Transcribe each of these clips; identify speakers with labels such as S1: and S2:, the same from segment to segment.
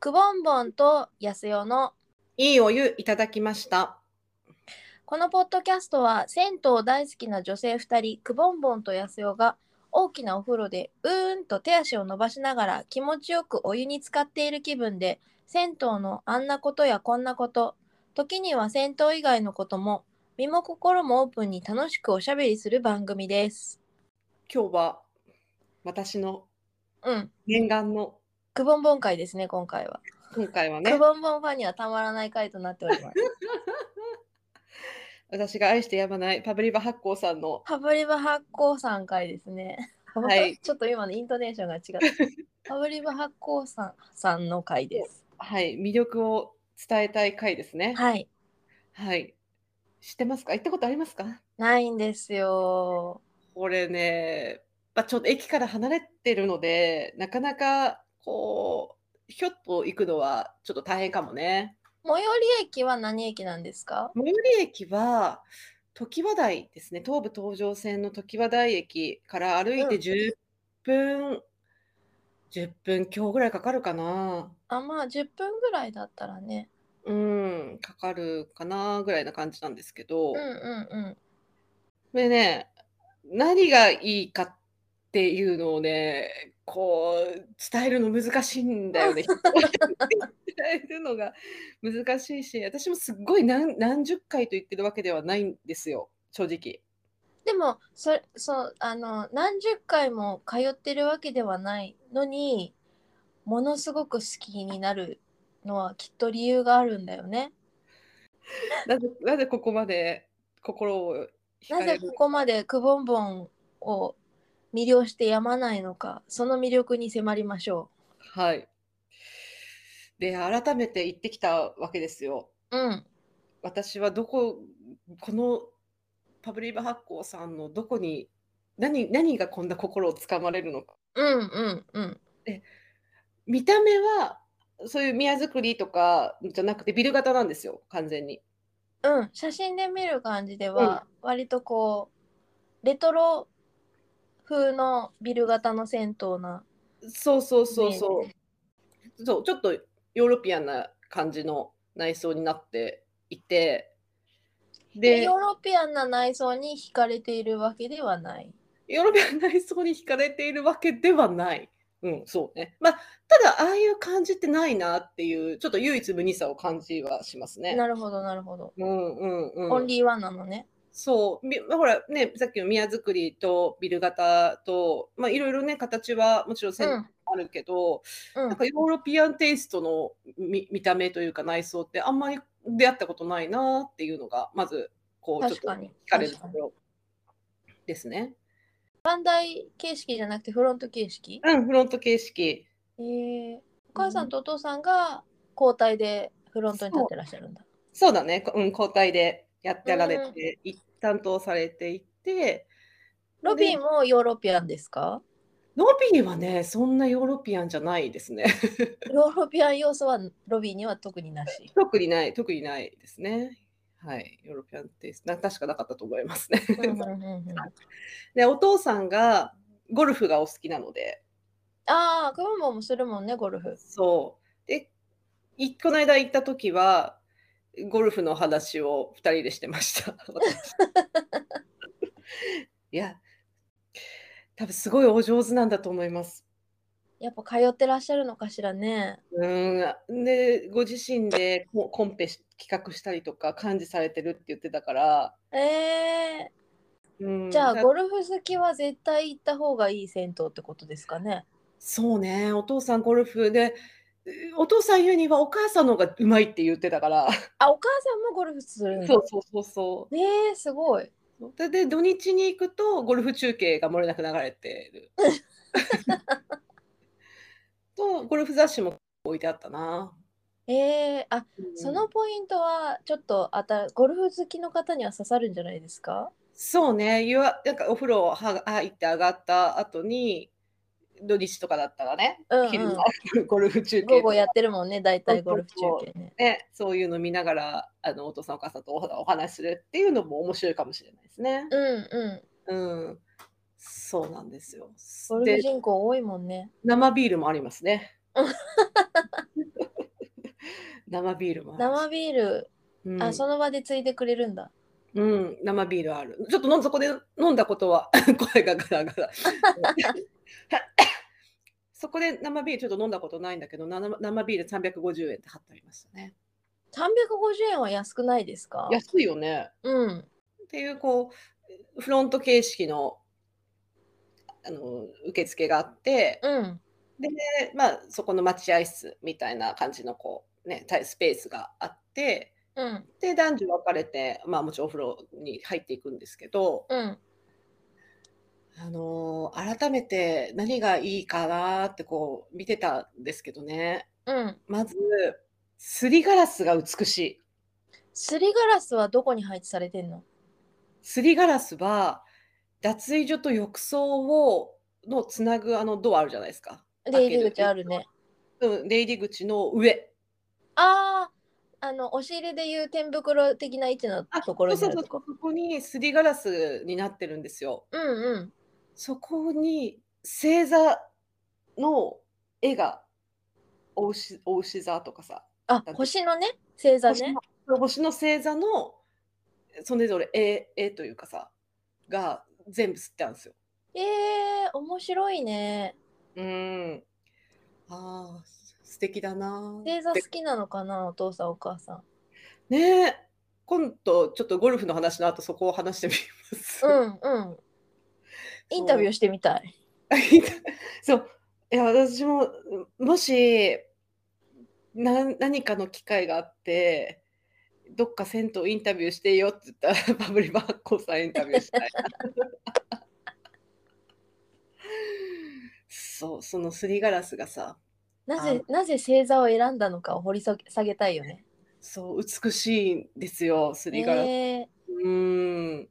S1: くぼんぼんとやすよの
S2: いいお湯いただきました。
S1: このポッドキャストは銭湯大好きな女性2人くぼんぼんとやすよが大きなお風呂でうーんと手足を伸ばしながら気持ちよくお湯に浸かっている気分で銭湯のあんなことやこんなこと時には銭湯以外のことも身も心もオープンに楽しくおしゃべりする番組です。
S2: 今日は私の
S1: うん、
S2: 念願の
S1: くぼんぼん会ですね今回は。
S2: 今回は
S1: く
S2: ね、
S1: ぼんぼんファンにはたまらない回となっております。
S2: 私が愛してやまないパブリバ発行さんの
S1: パブリバ発行さん回ですね。
S2: はい
S1: ちょっと今のイントネーションが違 った。パブリバ発行さんさんの回です。
S2: はい魅力を伝えたい回ですね。
S1: はい。
S2: はい。知ってますか？行ったことありますか？
S1: ないんですよ。
S2: これね、まあ、ちょっと駅から離れてるので、なかなかこうひょっと行くのはちょっと大変かもね。
S1: 最寄り駅は何駅なんですか
S2: 最寄り駅は常盤台ですね。東武東上線の常盤台駅から歩いて
S1: うん
S2: 10分、10分強ぐらいかかるかな。
S1: あ、まあ10分ぐらいだったらね。
S2: うん、かかるかなぐらいな感じなんですけ
S1: う
S2: ど、
S1: ん
S2: こ
S1: うんうん。
S2: れね、何がいいかっていうのをね、こう伝えるの難しいんだ よね。伝えるのが難しいし、私もすっごい何何十回と言ってるわけではないんですよ、正直。
S1: でもそれそうあの何十回も通ってるわけではないのにものすごく好きになるのはきっと理由があるんだよね。
S2: なぜ、なぜここまで心を惹か
S1: なぜ
S2: れる
S1: ここまでくぼんぼんを魅了してやまないのかその魅力に迫りましょ
S2: はい。で、改めて行ってきたわけですよ。
S1: う。うん
S2: 私はどこ、このパブリバ発行さんのどこに、何、何がこんな心をつかまれるのか。
S1: うんうんうん
S2: 見た目は、そういう宮造りとかじゃなくて、ビル型なんですよ、完全に。
S1: うん写真で見る感じでは割とこうレトロ風のビル型の銭湯な
S2: そうそうそうそ
S1: ね
S2: う。そう、ちょっとヨーロピアンな感じの内装になっていて、
S1: でヨーロピアンな内装に惹かれているわけではない。
S2: ヨーロピアン内装に惹かれているわけではない。うん、そうね。まあ、ただ、ああいう感じってないなっていう、ちょっと唯一無二さを感じはしますね。
S1: なるほどなるほど。
S2: うんうん
S1: オ
S2: う
S1: ン
S2: ん。
S1: リーワンなのね。
S2: そう、みほら、ね、さっきの宮造りとビル型と、まあ、いろいろね、形はもちろん
S1: う
S2: 線
S1: ん
S2: あるけど、
S1: う
S2: なん
S1: ん
S2: かヨーロピアンテイストの見見た目というか内装って、あんまり出会ったことないなっていうのが、まず、こう、ちょっ
S1: 確
S2: と
S1: か
S2: 惹
S1: に。
S2: かれる
S1: 確
S2: と
S1: か
S2: こ
S1: に
S2: ろですね。
S1: 三大形式じゃなくてフロント形式
S2: うん、フロント形式。
S1: えー、お母さんとお父さんが交代でフロントに立ってらっしゃるんだ。
S2: そうだね、こうん、交代でやってやられ
S1: うん
S2: て、一担当されていて、
S1: ロビー
S2: で
S1: もヨーロピアンですか
S2: ロビーはね、そんなヨーロピアンじゃないですね。
S1: ヨーロピアン要素はロビーには特になし。
S2: 特にない、特にないですね。はい、ヨーロピアンテイスト、な確かなかったと思いますね。
S1: うんうんうんうん
S2: で、お父さんがゴルフがお好きなので、
S1: ああ、クマモンもするもんね、ゴルフ。
S2: そう。で、いこの間行った時は、ゴルフの話を2人でして ました。私いや、多分すごいお上手なんだと思います。
S1: やっぱ通ってらっしゃるのかしらね。
S2: うん、で、ご自身でココンペし企画したりとか、幹事されてるって言ってたから、
S1: え
S2: うん、
S1: ー、じゃあ
S2: だ
S1: ゴルフ好きは絶対行った方がいい銭湯ってことですかね。
S2: そうね、お父さんゴルフで、お父さん言うにはお母さんの方がうまいって言ってたから、
S1: あ、お母さんもゴルフするんだ
S2: そ。うそうそうそ
S1: えー、すごい。
S2: う。で、で土日に行くと、ゴルフ中継が漏れなく流れて る。と、ゴルフ雑誌も置いてあったな。
S1: えー、あ、
S2: うん
S1: そのポイントはちょっとあたゴルフ好きの方には刺さるんじゃないですか
S2: そうね、湯あなんかお風呂は入って上がった後に、土日とかだったらね、
S1: うんうん
S2: 昼間 ゴルフ中継
S1: 午
S2: と
S1: 後
S2: か
S1: やってるもんね大体ゴルフ中継ね
S2: ね、そういうの見ながらあのお父さんお母さんとおお話しするっていうのも面白いかもしれないですね。
S1: うんうん
S2: うん、そうなんですよ。
S1: ゴルフ
S2: で
S1: 人口多いもんね
S2: 生ビールもありますね。生ビールもある
S1: 生ビール、
S2: うん
S1: あその場でついてくれるんだ
S2: うん、生ビールある。ちょっと飲んそこで飲んだことは 声がガラガラ。 そこで生ビールちょっと飲んだことないんだけど、なな生ビール350円って貼ってありましたね。
S1: 350円は安くないですか
S2: 安いよね。
S1: うん
S2: っていうこうフロント形式のあの受付があって、
S1: うん
S2: でまあそこの待合室みたいな感じのこうねたスペースがあって。
S1: うん
S2: で男女分かれて、まあ、もちろんお風呂に入っていくんですけど、
S1: うん
S2: あのー改めて何がいいかなってこう見てたんですけどね
S1: うん
S2: まずすりガラスが美しい
S1: すりガラスはどこに配置されてんの
S2: すりガラスは脱衣所と浴槽をのつなぐあのドアあるじゃないですか、
S1: 出入り口あるね
S2: うん、出入り口の上
S1: あああの押し入れでいう天袋的な位置のところに
S2: そ
S1: あ
S2: う
S1: る
S2: そう
S1: と
S2: そ
S1: こ
S2: うそこにすりガラスになってるんですよ
S1: うんうん
S2: そこに星座の絵がお牛お牛座とかさ
S1: あ星のね星座
S2: 星
S1: ね
S2: の星の星座のそれぞれ絵絵というかさが全部吸ってあるんですよ。
S1: えー、面白いね
S2: うん。ああ素敵だなー
S1: 星座
S2: っ
S1: 好
S2: て
S1: きなのかなお父さんお母さん
S2: ねえ今度ちょっとゴルフの話の後そこを話してみます。
S1: うんうんインタビューしてみたい
S2: そういや私ももしな何かの機会があってどっか銭湯インタビューしてよって言ったら パブリバッコさんインタビューしたいなそうそのすりガラスがさ
S1: なぜなぜ星座を選んだのかを掘り下げ下げたいよね
S2: そう美しいんですよすりガラス、
S1: えー、
S2: うーん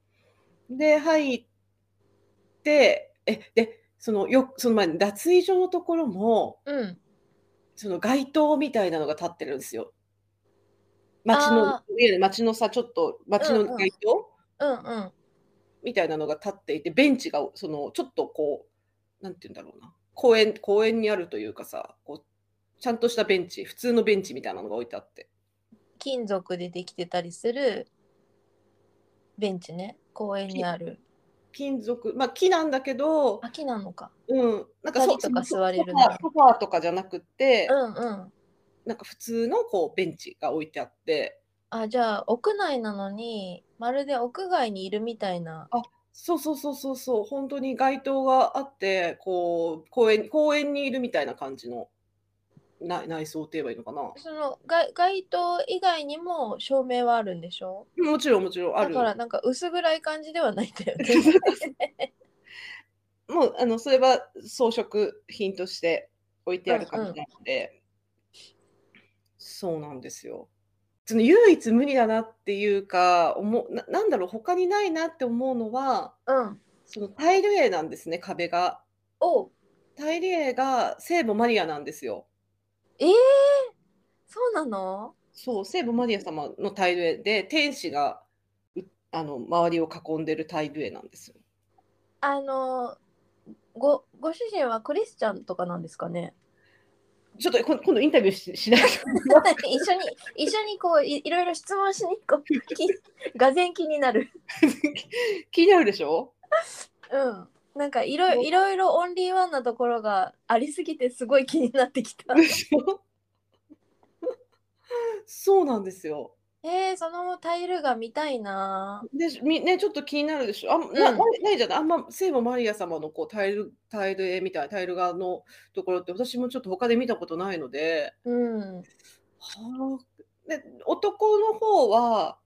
S2: で入ってえでそのよその前に脱衣所のところも
S1: うん
S2: その街灯みたいなのが立ってるんですよ。街の
S1: あ、
S2: いわゆる街のさ、ちょっと街の
S1: うんうん
S2: 街灯、
S1: うんうん
S2: みたいなのが立っていて、ベンチがそのちょっとこう、なんて言うんだろうな、公園公園にあるというかさ、こうちゃんとしたベンチ、普通のベンチみたいなのが置いてあって、
S1: 金属でできてたりするベンチね公園にある
S2: 金属、まあ木なんだけど、
S1: 秋なのか
S2: うん、なんかそ
S1: 二人とか
S2: そ
S1: 座れる
S2: ソファ
S1: ね
S2: ーソファーとかじゃなくて
S1: う、んうん
S2: なんか普通のこうベンチが置いてあって、
S1: あじゃあ屋内なのにまるで屋外にいるみたいな
S2: そうそうそうそうそう、本当に街灯があって、こう公園公園にいるみたいな感じのな内装って言えばいいのかな。
S1: その街街灯以外にも照明はあるんでしょ
S2: もちろんもちろんあ
S1: だ
S2: る。
S1: からなんか薄暗い感じではないんだよね
S2: もうあのそれは装飾品として置いてある感じなので、そうなんですよ。その唯一無二だなっていうか、思うななんだろう、他にないなって思うのは、
S1: うん
S2: そのタイル絵なんですね、壁が。
S1: おう
S2: タイル絵が聖母マリアなんですよ。
S1: えー、そうなの
S2: そう、聖母マリア様のタイル絵で、天使がうあの周りを囲んでるタイル絵なんですよ。
S1: あのごご主人はクリスチャンとかなんですか ね
S2: ちょっとこ今度インタビューしし ないと。
S1: 一緒に一緒にこういいろいろ質問しに行こうきがぜん気になる
S2: 気になるでしょ
S1: うんなんかいろいろいろオンリーワンなところがありすぎてすごい気になってき た
S2: でしょそうなんですよ。
S1: えー、そのタイルが見たいな
S2: でみね、ちょっと気になるでしょあんな
S1: うん
S2: ないないじゃないあんま聖母マリア様のこうタイルタイル絵みたいなタイル画のところって私もちょっと他で見たことないので。
S1: うん
S2: はあ、で男の方は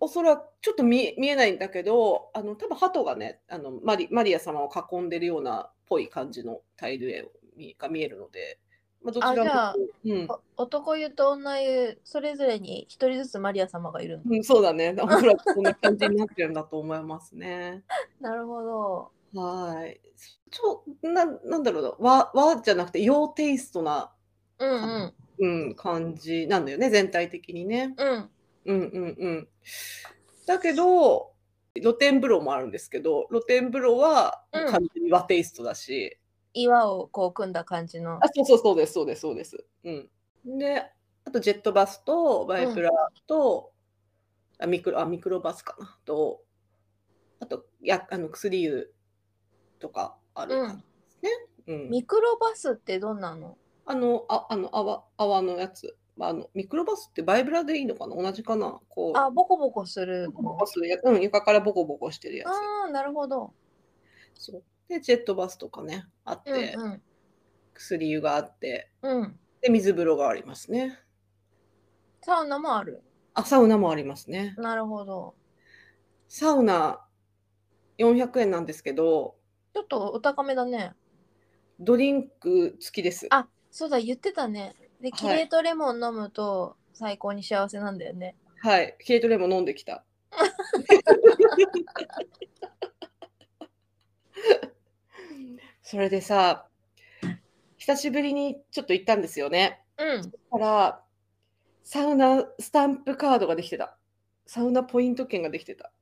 S2: おそらくちょっと見見えないんだけどあの多分鳩がねあのマリマリア様を囲んでるようなっぽい感じのタイル絵を見が見えるので、まあ、どち
S1: あじゃ
S2: ら
S1: あ
S2: も、うん
S1: お男湯と女湯それぞれに一人ずつマリア様がいるの
S2: うん、そうだねおそらくこんな感じになってるんだと思いますね。
S1: なるほど
S2: はいちょななんだろうな和和じゃなくて洋テイストな、
S1: うんうん
S2: うん、感じなんだよね全体的にね。
S1: うん
S2: うんうんうん。だけど、露天風呂もあるんですけど、露天風呂は
S1: うん
S2: 完全に和テイストだし、
S1: 岩をこう組んだ感じの
S2: あ、そうそうそうです、そうです、そうです。うん。で、あとジェットバスとバイプラと、あミクロあミクロバスかなとあとやあの薬湯とかある感じですね。うん
S1: ミクロバスってどんなの
S2: あのああの泡泡のやつ、まあ、あのミクロバスってバイブラでいいのかな同じかなこう
S1: あボコボコする
S2: ボコボコするやつうん、床からボコボコしてるや
S1: あーなるほど、
S2: つそうでジェットバスとかねあって、
S1: うんうん
S2: 薬湯があって
S1: うん
S2: で水風呂がありますね
S1: サウナもある
S2: あサウナもありますね
S1: なるほど
S2: サウナ400円なんですけど
S1: ちょっとお高めだね
S2: ドリンク付きです
S1: あそうだ言ってたねで
S2: はい
S1: キレートレモン飲むと最高に幸せなんだよね、
S2: はいケイトレモン飲んで きたそれでさ久しぶりにちょっと行ったんですよね
S1: うん
S2: だからサウナスタンプカードができてたサウナポイント券ができてた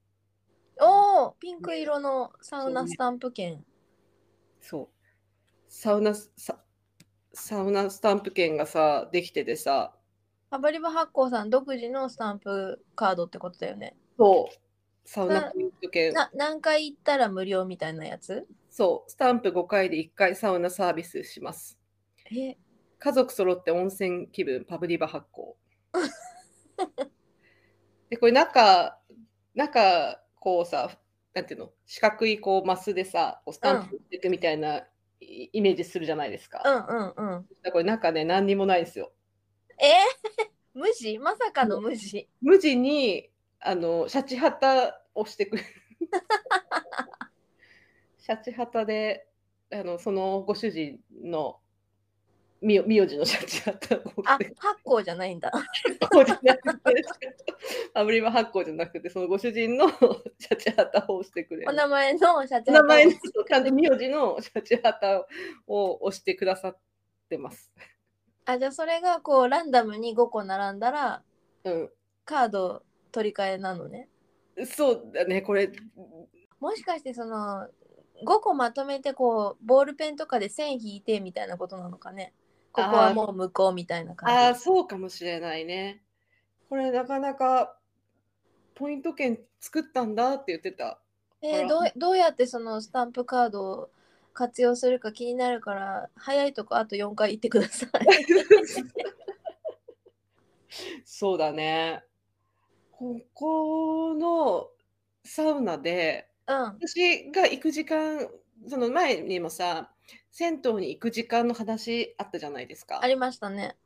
S1: おおピンク色のサウナスタンプ券
S2: そう。サウナス、ササウナスタンプ券がさ、できててさ、
S1: ハブリバ発行さん独自のスタンプカードってことだよね
S2: そう。サウナポイント券。
S1: な何回行ったら無料みたいなやつ
S2: そう。スタンプ5回で1回サウナサービスします。
S1: え
S2: 家族揃って温泉気分、パブリバ発 行。で、これ中、中、こうさ、なんていうの、四角いこうマスでさ、こうスタンプ打っていくみたいな、イイメージするじゃないですか。
S1: う
S2: だか
S1: んうんうん
S2: らこれ中ね、何にもないんですよ。
S1: え無視まさかの無視
S2: 無地にあのシャチハタをしてくれるシャチハタであのそのご主人のみ名字のシャチハタを
S1: あ発行じゃないんだ
S2: こうじゃなくてアブリバ発行じゃなくてそのご主人のシャチハタを押してくれ
S1: お
S2: る
S1: 名前の社長
S2: 名前のちゃんと名字のシャチハタを押してくださってます、
S1: あじゃあそれがこうランダムに5個並んだら
S2: う
S1: カード取り替えなのね
S2: ん、そうだねこれ
S1: もしかしてその5個まとめてこうボールペンとかで線引いてみたいなことなのかねここはもう向こうみたいな
S2: あ
S1: 感
S2: あ、そうかもしれないね。これなかなかポイント券作ったんだって言ってた。
S1: じえーどうどうやってそのスタンプカードを活用するか気になるから早いとこあと4回行ってくださ い
S2: そうだね。ここのサウナで
S1: うん
S2: 私が行く時間、その前にもさ、銭湯に行く時間の話あったじゃないですか
S1: あ。りましたね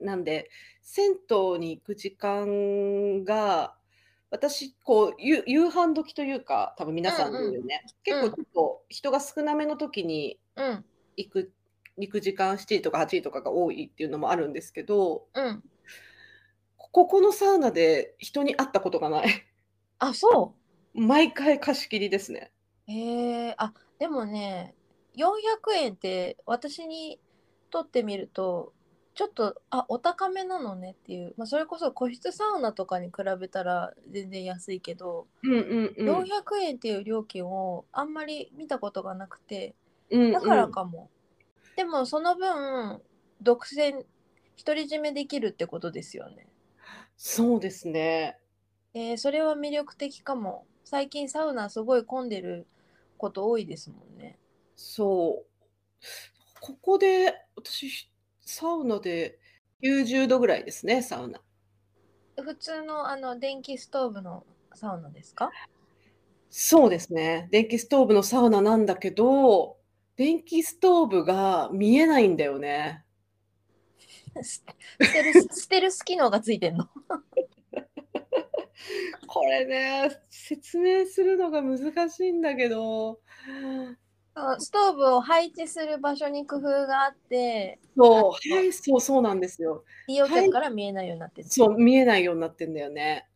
S2: なんで銭湯に行く時間が私こう夕夕飯時というか多分皆さんのよね、
S1: うんうん
S2: 結構ちょっと人が少なめの時に
S1: うん
S2: 行く行く時間7時とか8時とかが多いっていうのもあるんですけど
S1: うん
S2: ここのサウナで人に会ったことがない
S1: あそう
S2: 毎回貸し切りですね
S1: へえあでもね400円って私にとってみるとちょっとあお高めなのねっていう、まあ、それこそ個室サウナとかに比べたら全然安いけど、
S2: うんうんうん
S1: 400円っていう料金をあんまり見たことがなくて
S2: うんうん
S1: だからかも、でもその分独占独り占めできるってことですよね、
S2: そうですね
S1: えーそれは魅力的かも最近サウナすごい混んでること多いですもんね
S2: そうここで私サウナで90度ぐらいですねサウナ
S1: 普通のあの電気ストーブのサウナですか
S2: そうですね。電気ストーブのサウナなんだけど、電気ストーブが見えないんだよね。
S1: ステルスステルス機能がついてん の
S2: これね、説明するのが難しいんだけど、
S1: あストーブを配置する場所に工夫があって
S2: そう、はい、そう、そうなんですよ。
S1: 利用客から見えないようになってる、
S2: そう、見えないようになってんだよね。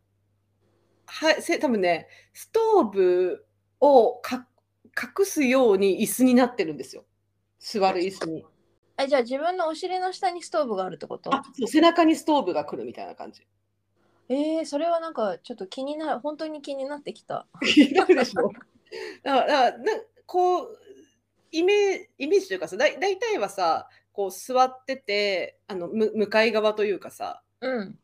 S2: はい、せ、多分ね、ストーブをか隠すように椅子になってるんですよ。座る椅子に。
S1: えじゃあ自分のお尻の下にストーブがあるってこと
S2: あ、そう、背中にストーブが来るみたいな感じ。
S1: えー、それはなんかちょっと気になる本当に気になってきた
S2: 気になるでしょだからだからなこうイメイメージというかさだい大体はさこう座っててあのむ向かい側というかさ
S1: うん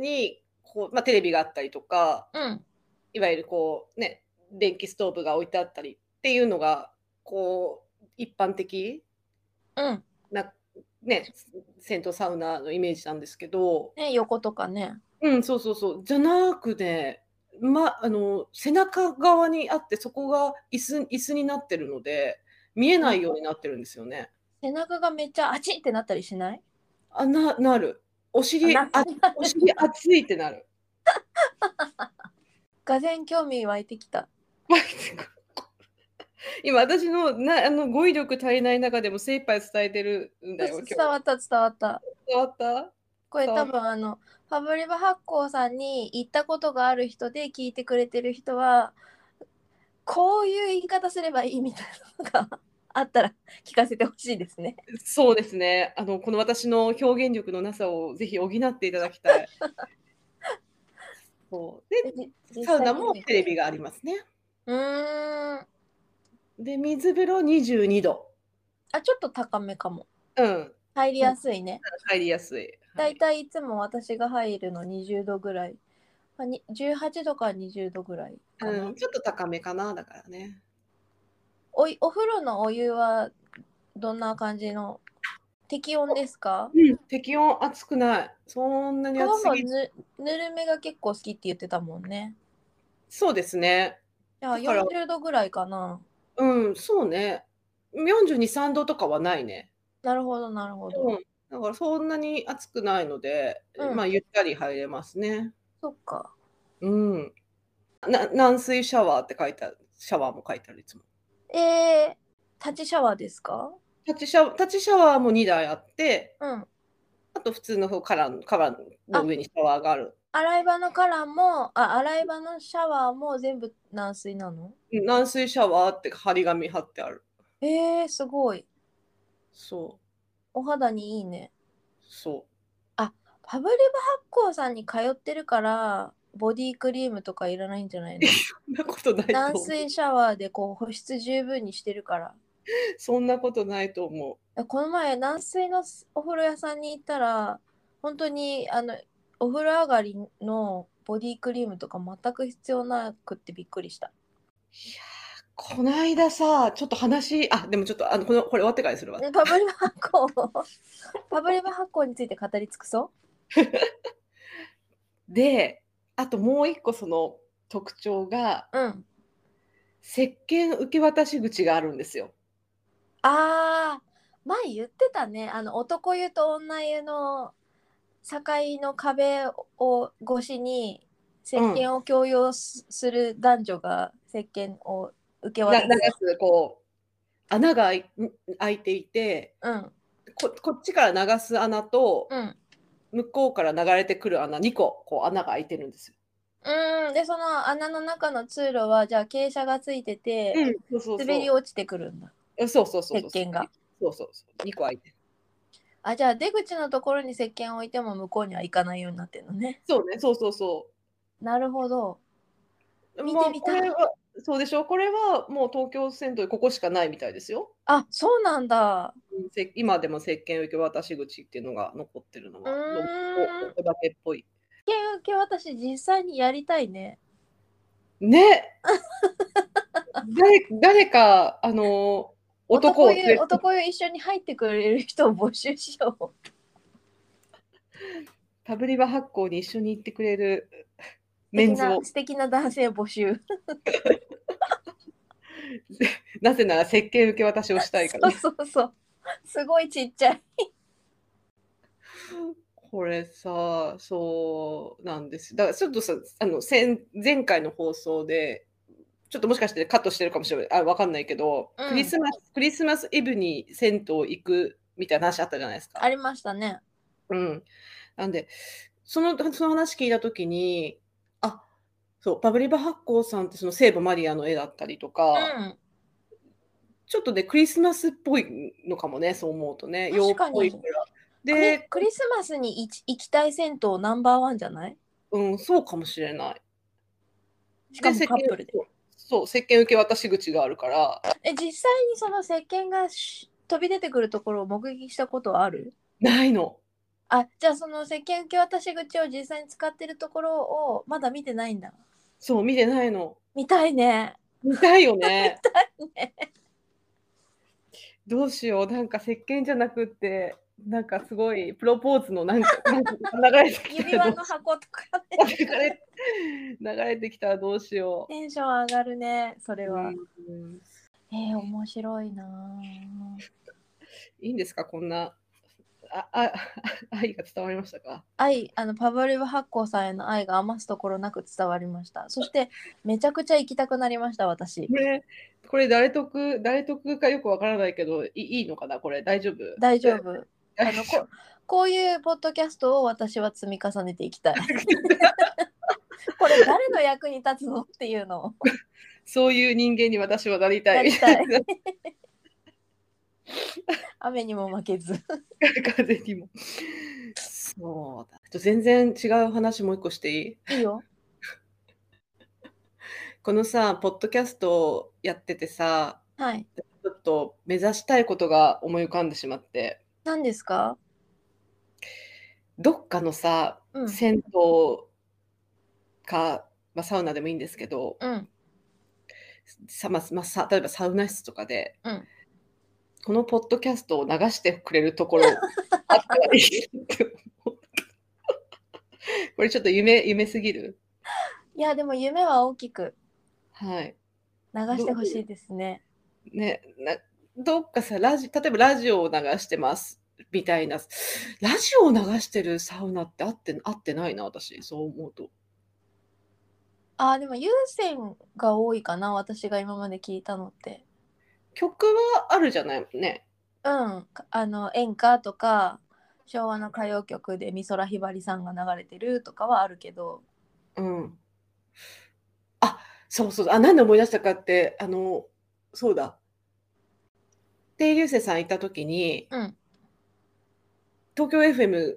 S2: にこう、まあ、テレビがあったりとか
S1: うん
S2: いわゆるこうね電気ストーブが置いてあったりっていうのがこう一般的
S1: うん
S2: なね銭湯サウナのイメージなんですけど
S1: ね横とかね
S2: うんそうそうそうじゃなくねまあの背中側にあってそこが椅子椅子になってるので見えないようになってるんですよね。
S1: 背中がめっちゃあちってなったりしない
S2: あななるお尻
S1: あな
S2: あお尻熱いってなる。
S1: がぜん興味湧いてきた
S2: 今私のなあの語彙力足りない中でも精一杯伝えてるんだよ。今日
S1: 伝わった伝わった
S2: 伝わった
S1: これ
S2: 伝わ
S1: 多
S2: る
S1: 分あのファブリバ発行さんに行ったことがある人で聞いてくれてる人はこういう言い方すればいいみたいなのが あったら聞かせてほしいですね。
S2: そうですねあのこの私の表現力のなさをぜひ補っていただき たい。 そうでサウナもテレビがありますね。
S1: うーんあ
S2: で水風呂22度。
S1: ちょっと高めかも
S2: うん
S1: 入りやすいね。
S2: 入りやすい。は
S1: だ
S2: い
S1: いたいいつも私が入るの20度ぐらい、まあ、に18度から20度ぐらいかな、
S2: うん、ちょっと高めかなだからね。
S1: おいお風呂のお湯はどんな感じの適温ですか
S2: うん、適温暑くない。そんなに
S1: ク
S2: 暑
S1: ボ
S2: す
S1: も
S2: ぎ
S1: ぬぬるめが結構好きって言ってたもんね。
S2: そうですね。
S1: いや
S2: だから
S1: 40度ぐらいかな。
S2: うん、そうね。42、3度とかはないね。
S1: なるほどなるほど。
S2: うん、だからそんなに暑くないので、
S1: うん
S2: まあゆったり入れますね。
S1: そっか。
S2: うん。な軟水シャワーって書いてある。シャワーも書いてあるいつも。
S1: えー、立ちシャワーですか
S2: 立ちシャワー立ちシャワーも2台あって、
S1: うん。
S2: あと普通の方からからの上にシャワーがある。
S1: 洗い場のカラーも、あ、洗い場のシャワーも全部軟水なの
S2: うん軟水シャワーって張り紙貼ってある。
S1: えー、すごい。
S2: そ
S1: お肌にいいね。
S2: う。そ
S1: ファブリバ発酵さんに通ってるから、ボディクリームとかいらないんじゃない の
S2: う。そんなことないと
S1: 軟
S2: 思う。
S1: 水シャワーでこう保湿十分にしてるから。
S2: そんなことないと思う。
S1: この前軟水のお風呂屋さんに行ったら本当にあのお風呂上がりのボディクリームとか全く必要なくってびっくりした
S2: こないださ、ちょっと話、あ、でもちょっと、あの、この、これ終わってからにするわ。
S1: パブリバ発 酵パブリバ発酵について語り尽くそ
S2: で、あともう一個その特徴が、
S1: ううん
S2: 石鹸受け渡し口があるんですよ。
S1: あー前言ってたねあの男湯と女湯の境の壁を越しに石鹸を共用す,、る男女が石鹸を受け
S2: な
S1: 渡
S2: 流
S1: す、
S2: す、こう、穴が開い開いていて
S1: うん
S2: こ、こっちから流す穴と、
S1: うん
S2: 向こうから流れてくる穴、2個、こう、穴が開いてるんですよ。
S1: うーんでその穴の中の通路はじゃあ傾斜がついてて、
S2: そうそうそう。
S1: 滑り落ちてくるんだ
S2: そうそうそうそう。
S1: 石鹸が。
S2: そうそうそう。2個開いてる。
S1: あじゃあ出口のところに石鹸を置いても向こうには行かないようになってるのね
S2: そうね、そうそうそう。
S1: なるほど見
S2: まあ
S1: てみたい
S2: これはそうでしょうこれはもう東京銭湯ここしかないみたいですよ。
S1: あそうなんだ
S2: うんせ今でも石鹸受け渡し口っていうのが残ってるのは
S1: うーん
S2: どこここだけっぽい。
S1: 石鹸受け私実際にやりたいね
S2: ね誰誰かあの男を連
S1: 湯
S2: れ
S1: 男湯一緒に入ってくれる人を募集しよう
S2: パブリバ発行に一緒に行ってくれるメ
S1: 素敵
S2: ンズを
S1: な素敵な男性募集
S2: なぜなら石鹸受け渡しをしたいか
S1: そ
S2: ら、
S1: うそうそうすごいちっちゃい
S2: これさそうなんですだからちょっとさあの先前回の放送でちょっともしかしてカットしてるかもしれないあわかんないけど、
S1: うん
S2: クリスマスクリスマスイブに銭湯行くみたいな話あったじゃないですか。
S1: ありましたね
S2: うん、なんでそのその話聞いた時にあそうパブリバ発行さんってその聖母マリアの絵だったりと
S1: う
S2: か、
S1: ん
S2: ちょっとねクリスマスっぽいのかもねそう思うとね洋
S1: 確
S2: っ
S1: かに
S2: ぽいから。
S1: クリ
S2: で、
S1: クリスマスに行き行きたい銭湯ナンバーワンじゃない
S2: うん、そうかもしれない。
S1: しかもカップルで
S2: 石鹸そうそう石鹸受け渡し口があるから
S1: え実際にその石鹸がし飛び出てくるところを目撃したことはある
S2: ないの。
S1: あじゃあその石鹸受け渡し口を実際に使ってるところをまだ見てないんだ
S2: そう、見てないの。
S1: 見たい ね
S2: 見たいよ ね。
S1: ね
S2: どうしよう。なんか石鹸じゃなくって、なんかすごいプロポーズのなんかなんか流れてき
S1: 指
S2: た
S1: 輪
S2: ら
S1: の箱とか
S2: どう
S1: ね
S2: 流れ流れてきたらどうしよう。
S1: テンション上がるねそれは、
S2: うん
S1: えー、面白いなぁ
S2: いいんですかこんなああ愛が伝わりましたか。
S1: 愛あのパブリブ発酵さんへの愛が余すところなく伝わりましたそしてめちゃくちゃ行きたくなりました私
S2: これこれ誰得誰得かよくわからないけどいいいのかなこれ大丈夫。
S1: 大丈夫あ
S2: 大
S1: の
S2: 丈夫
S1: ここういうポッドキャストを私は積み重ねていき たいこれ誰の役に立つのっていうのを
S2: そういう人間に私 はなりた
S1: ないりたい雨にも負けず
S2: 風にも。そうだ。ちょっと全然違う話もう一個していい
S1: いいよ
S2: このさ、ポッドキャストをやっててさ、
S1: はい
S2: ちょっと目指したいことが思い浮かんでしまって、
S1: 何ですか
S2: どっかのさ、
S1: うん
S2: 銭湯か、まあ、サウナでもいいんですけど、
S1: うん
S2: さまあまあさ例えばサウナ室とかで、
S1: うん
S2: このポッドキャストを流してくれると ころあったらいいって思う これちょっと夢夢すぎる。
S1: いやでも夢は大きく
S2: はい
S1: 流してほしいですね
S2: ね、などっかさラジ例えばラジオを流してますみたいなラジオを流してるサウナって合って合ってないな私そう思うと
S1: あーでも優先が多いかな私が今まで聞いたのって
S2: 曲はあるじゃないね
S1: うんあの演歌とか昭和の歌謡曲で美空ひばりさんが流れてるとかはあるけど
S2: うんあそうそうあ何で思い出したかってあのそうだで流星さんいた時に
S1: うん
S2: 東京 FM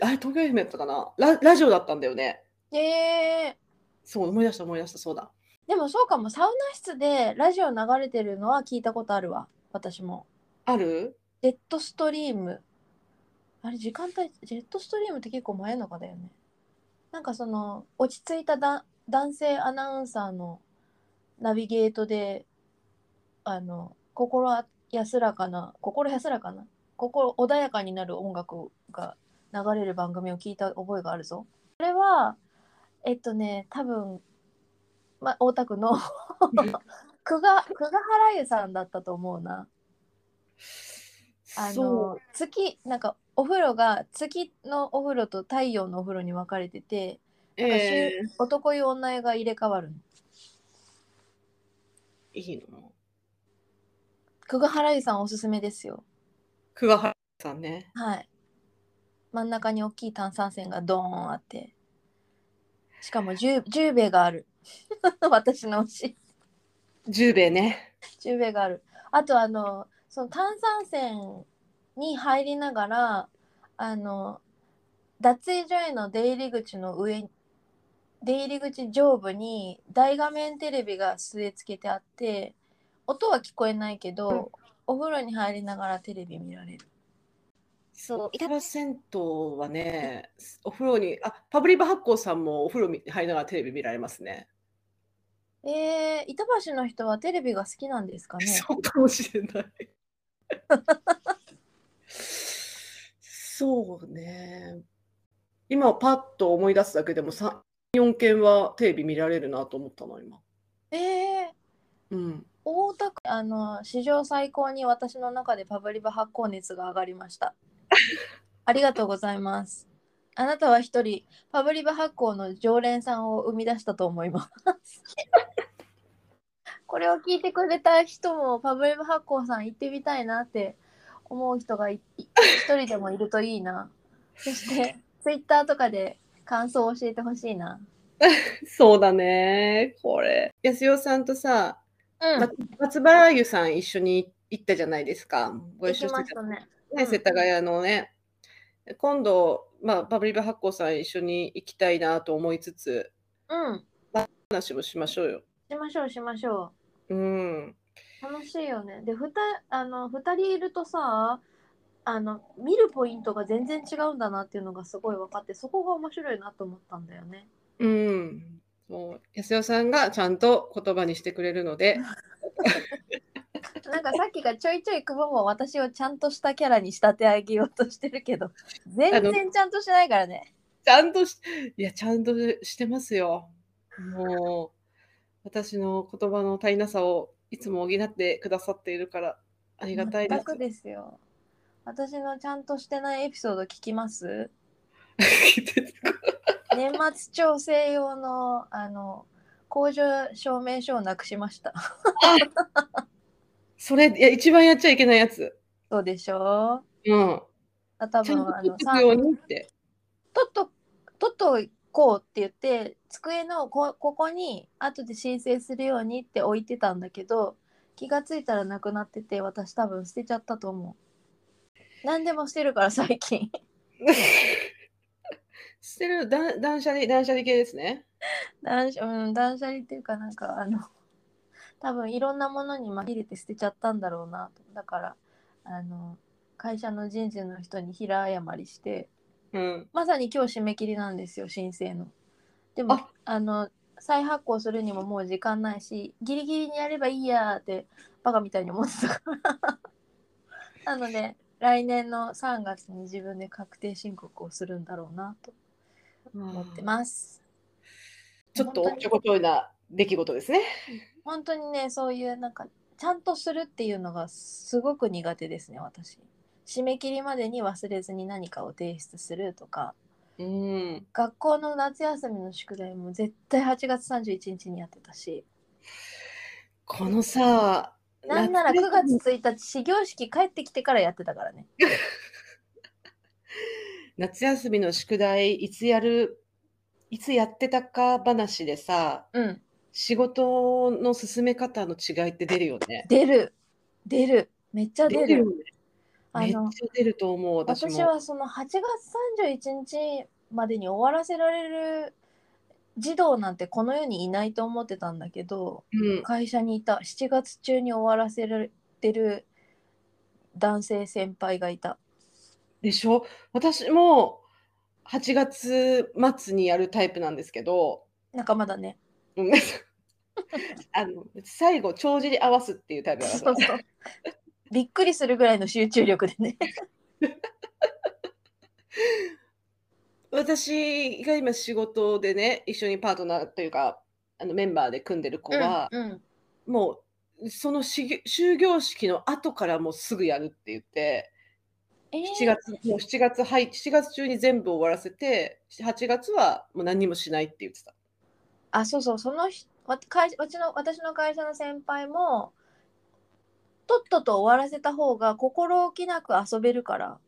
S2: あれ東京 FM だったかなララジオだったんだよね
S1: えー、
S2: そう思い出した思い出したそうだ
S1: でもそうかもサウナ室でラジオ流れてるのは聞いたことあるわ私も
S2: ある
S1: ジェットストリームあれ時間帯ジェットストリームって結構前のかだよねなんかその落ち着いただ男性アナウンサーのナビゲートであの心安らかな心安らかな心穏やかになる音楽が流れる番組を聞いた覚えがあるぞこれはえっとね多分、ま、大田区の 久我久我原湯さんだったと思うなあ
S2: そう
S1: の月なんかお風呂が月のお風呂と太陽のお風呂に分かれててなんか週
S2: えー
S1: 男湯女湯が入れ替わるの
S2: いいの
S1: 久我原湯さんおすすめですよ
S2: 桑原さんね。
S1: はい真ん中に大きい炭酸泉がドーンあってしかも 10, 10兵衛がある 私の推し
S2: 十兵衛ね。
S1: 10兵衛があるあとあのその炭酸泉に入りながらあの脱衣所への出入り口の上出入り口上部に大画面テレビが据え付けてあって音は聞こえないけど、
S2: うん
S1: お風呂に入りながらテレビ見られる
S2: そう、板橋銭湯はね、お風呂に、あ、パブリバ発行さんもお風呂に入りながらテレビ見られますね。
S1: えー、板橋の人はテレビが好きなんですかね
S2: そうかもしれない。そうね。今パッと思い出すだけでも3、4件はテレビ見られるなと思ったの、今。
S1: えー、
S2: うん。
S1: 大田区あの史上最高に私の中でパブリバ発行熱が上がりま したありがとうございますあなたは一人パブリバ発行の常連さんを生み出したと思います これを聞いてくれた人もパブリバ発行さん行ってみたいなって思う人がいい一人でもいるといいなそしてツイッターとかで感想を教えてほしいな
S2: そうだね。これ。安代さんとさ、
S1: うん
S2: ま松原湯さん一緒に行ったじゃないですか。ご
S1: 行
S2: 一
S1: き
S2: 緒して
S1: ま
S2: た
S1: したねう
S2: ね、
S1: ん
S2: 世田谷のね、今度、まあ、パブリバ発行さん一緒に行きたいなと思いつつ、
S1: うん
S2: 話もしましょうよ。
S1: しましょうしましょう
S2: うん。
S1: 楽しいよね。で、ふたあの2人いるとさ、あの見るポイントが全然違うんだなっていうのがすごい分かって、そこが面白いなと思ったんだよね。
S2: うん。そう安代さんがちゃんと言葉にしてくれるので、
S1: なんかさっきがちょいちょい久保も私をちゃんとしたキャラに仕立て上げようとしてるけど、全然ちゃんとしてないからね。
S2: ちゃんとし、いや、ちゃんとしてますよ。もう、私の言葉の足りなさをいつも補ってくださっているから、ありがたいで
S1: 全くですよ。私のちゃんとしてないエピソード聞きます
S2: す。
S1: 年末調整用のあの工場証明書をなくしました。
S2: それ、いや、一番やっちゃいけないやつ。
S1: そうでしょ
S2: うん。
S1: あ多
S2: ちゃん
S1: 分
S2: と
S1: あ
S2: 取っ
S1: の
S2: と
S1: さ
S2: くようにって。
S1: 取っと取っとこうって言って机のこここに後で申請するようにって置いてたんだけど気がついたらなくなってて私多分捨てちゃったと思う何でも捨てるから最近
S2: 捨てる、だ断捨離、断捨離系ですね。
S1: 断捨,、うん、断捨離っていうかなんかあの多分いろんなものに紛れて捨てちゃったんだろうなとだからあの会社の人事の人に平謝りして
S2: うん。
S1: まさに今日締め切りなんですよ申請の。でもあ
S2: あ
S1: の再発行するにももう時間ないしギリギリにやればいいやーってバカみたいに思ってた からなので来年の3月に自分で確定申告をするんだろうなと思ってます。
S2: ちょっとお
S1: 本
S2: っ
S1: 当
S2: ち
S1: に
S2: ょこちょいな出来事ですね。
S1: 本当にねそういうなんかちゃんとするっていうのがすごく苦手ですね私。締め切りまでに忘れずに何かを提出するとか
S2: うん。
S1: 学校の夏休みの宿題も絶対8月31日にやってたし
S2: このさ、
S1: なんなら
S2: 夏
S1: 9
S2: 休み
S1: 月1日始業式帰ってきてからやってたからね
S2: 夏休みの宿題いつやるいつやってたか話でさ
S1: うん
S2: 仕事の進め方の違いって出るよね。
S1: 出る出るめっちゃ出る
S2: よね。
S1: あ
S2: めっち
S1: の
S2: ゃ出ると思う私も。
S1: 私はその8月31日までに終わらせられる児童なんてこの世にいないと思ってたんだけど
S2: うん、
S1: 会社にいた7月中に終わらせられてる男性先輩がいた
S2: でしょ私も8月末にやるタイプなんですけど
S1: なんかまだね
S2: うんあの最後帳尻合わすっていうタイプだか
S1: そう
S2: ら
S1: そう。 びっくりするぐらいの集中力でね。
S2: 私が今仕事でね一緒にパートナーというかあのメンバーで組んでる子は。
S1: うん。
S2: もうそのしぎ終業式の後からもうすぐやるって言って
S1: えー
S2: 7月もう7月はい7月中に全部終わらせて8月はもう何もしないって言ってた。
S1: あ、そうそう、その人わ会うちの私の会社の先輩も、とっとと終わらせた方が心置きなく遊べるからっ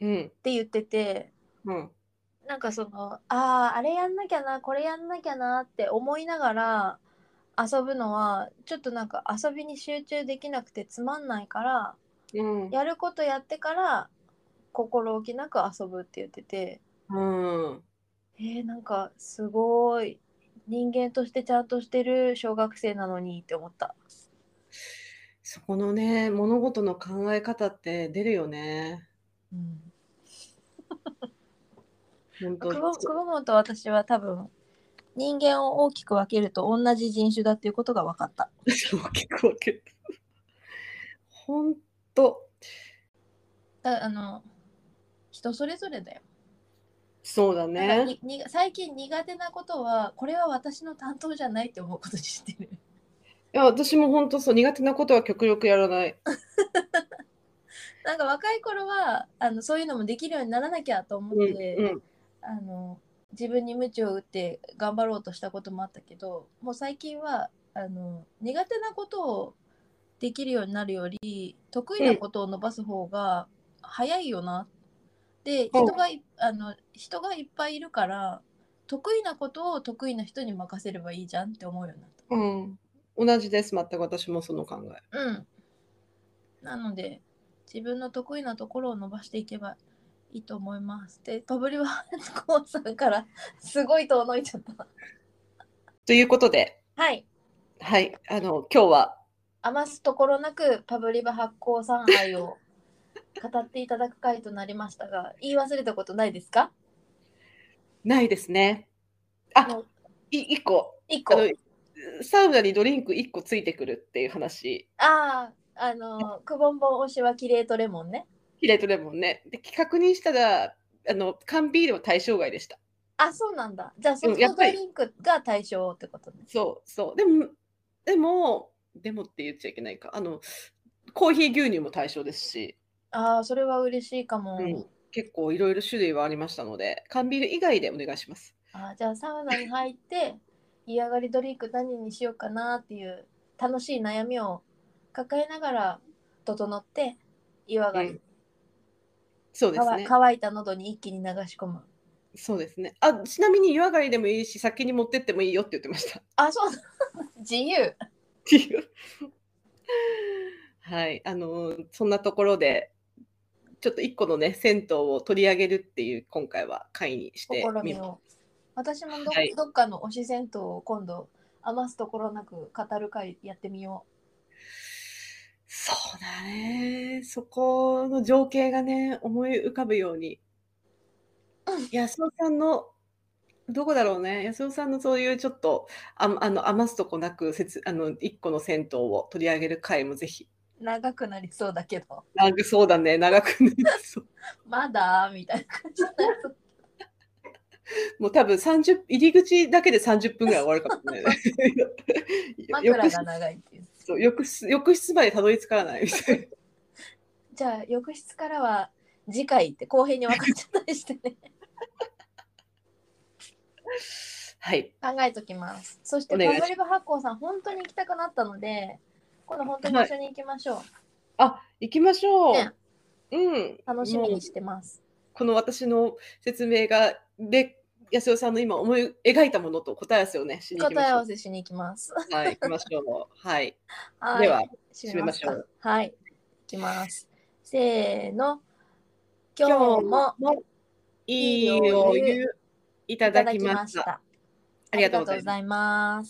S2: うん
S1: て言ってて、
S2: うん
S1: なんかその、ああ、あれやんなきゃな、これやんなきゃなって思いながら遊ぶのは、ちょっとなんか遊びに集中できなくてつまんないから、
S2: うん
S1: やることやってから心置きなく遊ぶって言ってて、
S2: うん、
S1: えー、なんかすごい人間としてちゃんとしてる小学生なのにって思った
S2: そこのね物事の考え方って出るよね。
S1: うん
S2: 本当
S1: 久保久保本と私は多分人間を大きく分けると同じ人種だっていうことが分かった
S2: 大きく分ける本当
S1: だあの人それぞれだよ、
S2: そうだ
S1: なんか
S2: ね。
S1: にに最近苦手なことはこれは私の担当じゃないって思うことにしてる
S2: いや私も本当そう苦手なことは極力やらない。
S1: なんか若い頃はあのそういうのもできるようにならなきゃと思
S2: うん
S1: って、
S2: うん
S1: あの自分に鞭を打って頑張ろうとしたこともあったけどもう最近はあの苦手なことをできるようになるより得意なことを伸ばす方が早いよな、で
S2: うん
S1: 人がいあの人がいっぱいいるから得意なことを得意な人に任せればいいじゃんって思うようになっ
S2: うん、同じです全く私もその考え。
S1: た。うん、なので自分の得意なところを伸ばしていけばいいと思います。でパブリはコウさんからすごい遠のいちゃった。
S2: ということで、
S1: はい。
S2: はい、あの今日は
S1: 余すところなくパブリブ発酵三愛を語っていただく回となりましたが、 言い忘れたことないですか
S2: ないですね。
S1: も
S2: あ
S1: う、
S2: い1個。
S1: 一
S2: あ
S1: 個。
S2: のサウナにドリンク1個ついてくるっていう話。
S1: ああ、あの、くぼんぼん推しはキレートレモンね。
S2: ヒレとレモンね。で、確認したら、あの、缶ビールは対象外でした。
S1: あ、そうなんだ。じゃあ、ソ
S2: うん
S1: フ
S2: や
S1: ト
S2: っ
S1: ド
S2: ぱり
S1: リンクが対象ってことね。
S2: そうそう。でも、でも、でもって言っちゃいけないか。あの、コーヒー牛乳も対象ですし、
S1: ああ、それは嬉しいかも。
S2: うん結構いろいろ種類はありましたので、缶ビール以外でお願いします。
S1: あーじゃあサウナに入って嫌がりドリンク何にしようかなっていう楽しい悩みを抱えながら整って湯上がり、
S2: うんそうで
S1: か
S2: す
S1: わ
S2: ね。
S1: 乾いた喉に一気に流し込む
S2: そうですね。あ、ちなみに湯上がりでもいいし、先に持ってってもいいよって言ってました。
S1: あそう 自由
S2: っていう。はい、あのそんなところで、ちょっと一個のね、銭湯を取り上げるっていう今回は会にして
S1: 試み
S2: みま
S1: を私もど,、
S2: はい
S1: どっかの推し銭湯を今度余すところなく語る会やってみよ
S2: す。そうだね、そこの情景がね、思い浮かぶように
S1: うん。
S2: 安尾さんのどこだろうね安尾さんのそういうちょっとああの余すとこなくせつあの一個の銭湯を取り上げる回もぜひ
S1: う長くなりそうだけど
S2: 長そうだね長くなりそう
S1: まだみたいな感じになりそう
S2: もう多分30入り口だけで30分ぐらい終わるかもしれないね
S1: 枕
S2: 浴
S1: が
S2: 室
S1: 長いっていう
S2: そう浴室浴室までたどり着からないみたいな
S1: じゃあ浴室からは次回って後編に分かっちゃったりしてね
S2: はい
S1: 考えときます。そして
S2: お
S1: パ
S2: 願いし
S1: ブリブ発行さん本当に行きたくなったので、今度本当に一緒に行きましょう。
S2: あ行きましょう、
S1: ね
S2: うん
S1: 楽しみ
S2: もう
S1: にしてます。
S2: この私の説明がで安代さんの今思い描いたものと答え合わせをねしに行
S1: 答
S2: きま
S1: え
S2: し
S1: 合
S2: ょ
S1: わ
S2: う
S1: せしに行きます。
S2: はい行きましょうはい
S1: はい
S2: では
S1: 締めますか
S2: 締めましょう。
S1: はい、行きます。せーの、今
S2: 今
S1: 日
S2: 日
S1: も
S2: もいいお湯いた
S1: いた
S2: だ
S1: だ
S2: き
S1: きま
S2: ま
S1: し
S2: した
S1: た。
S2: ありがとうございます
S1: います。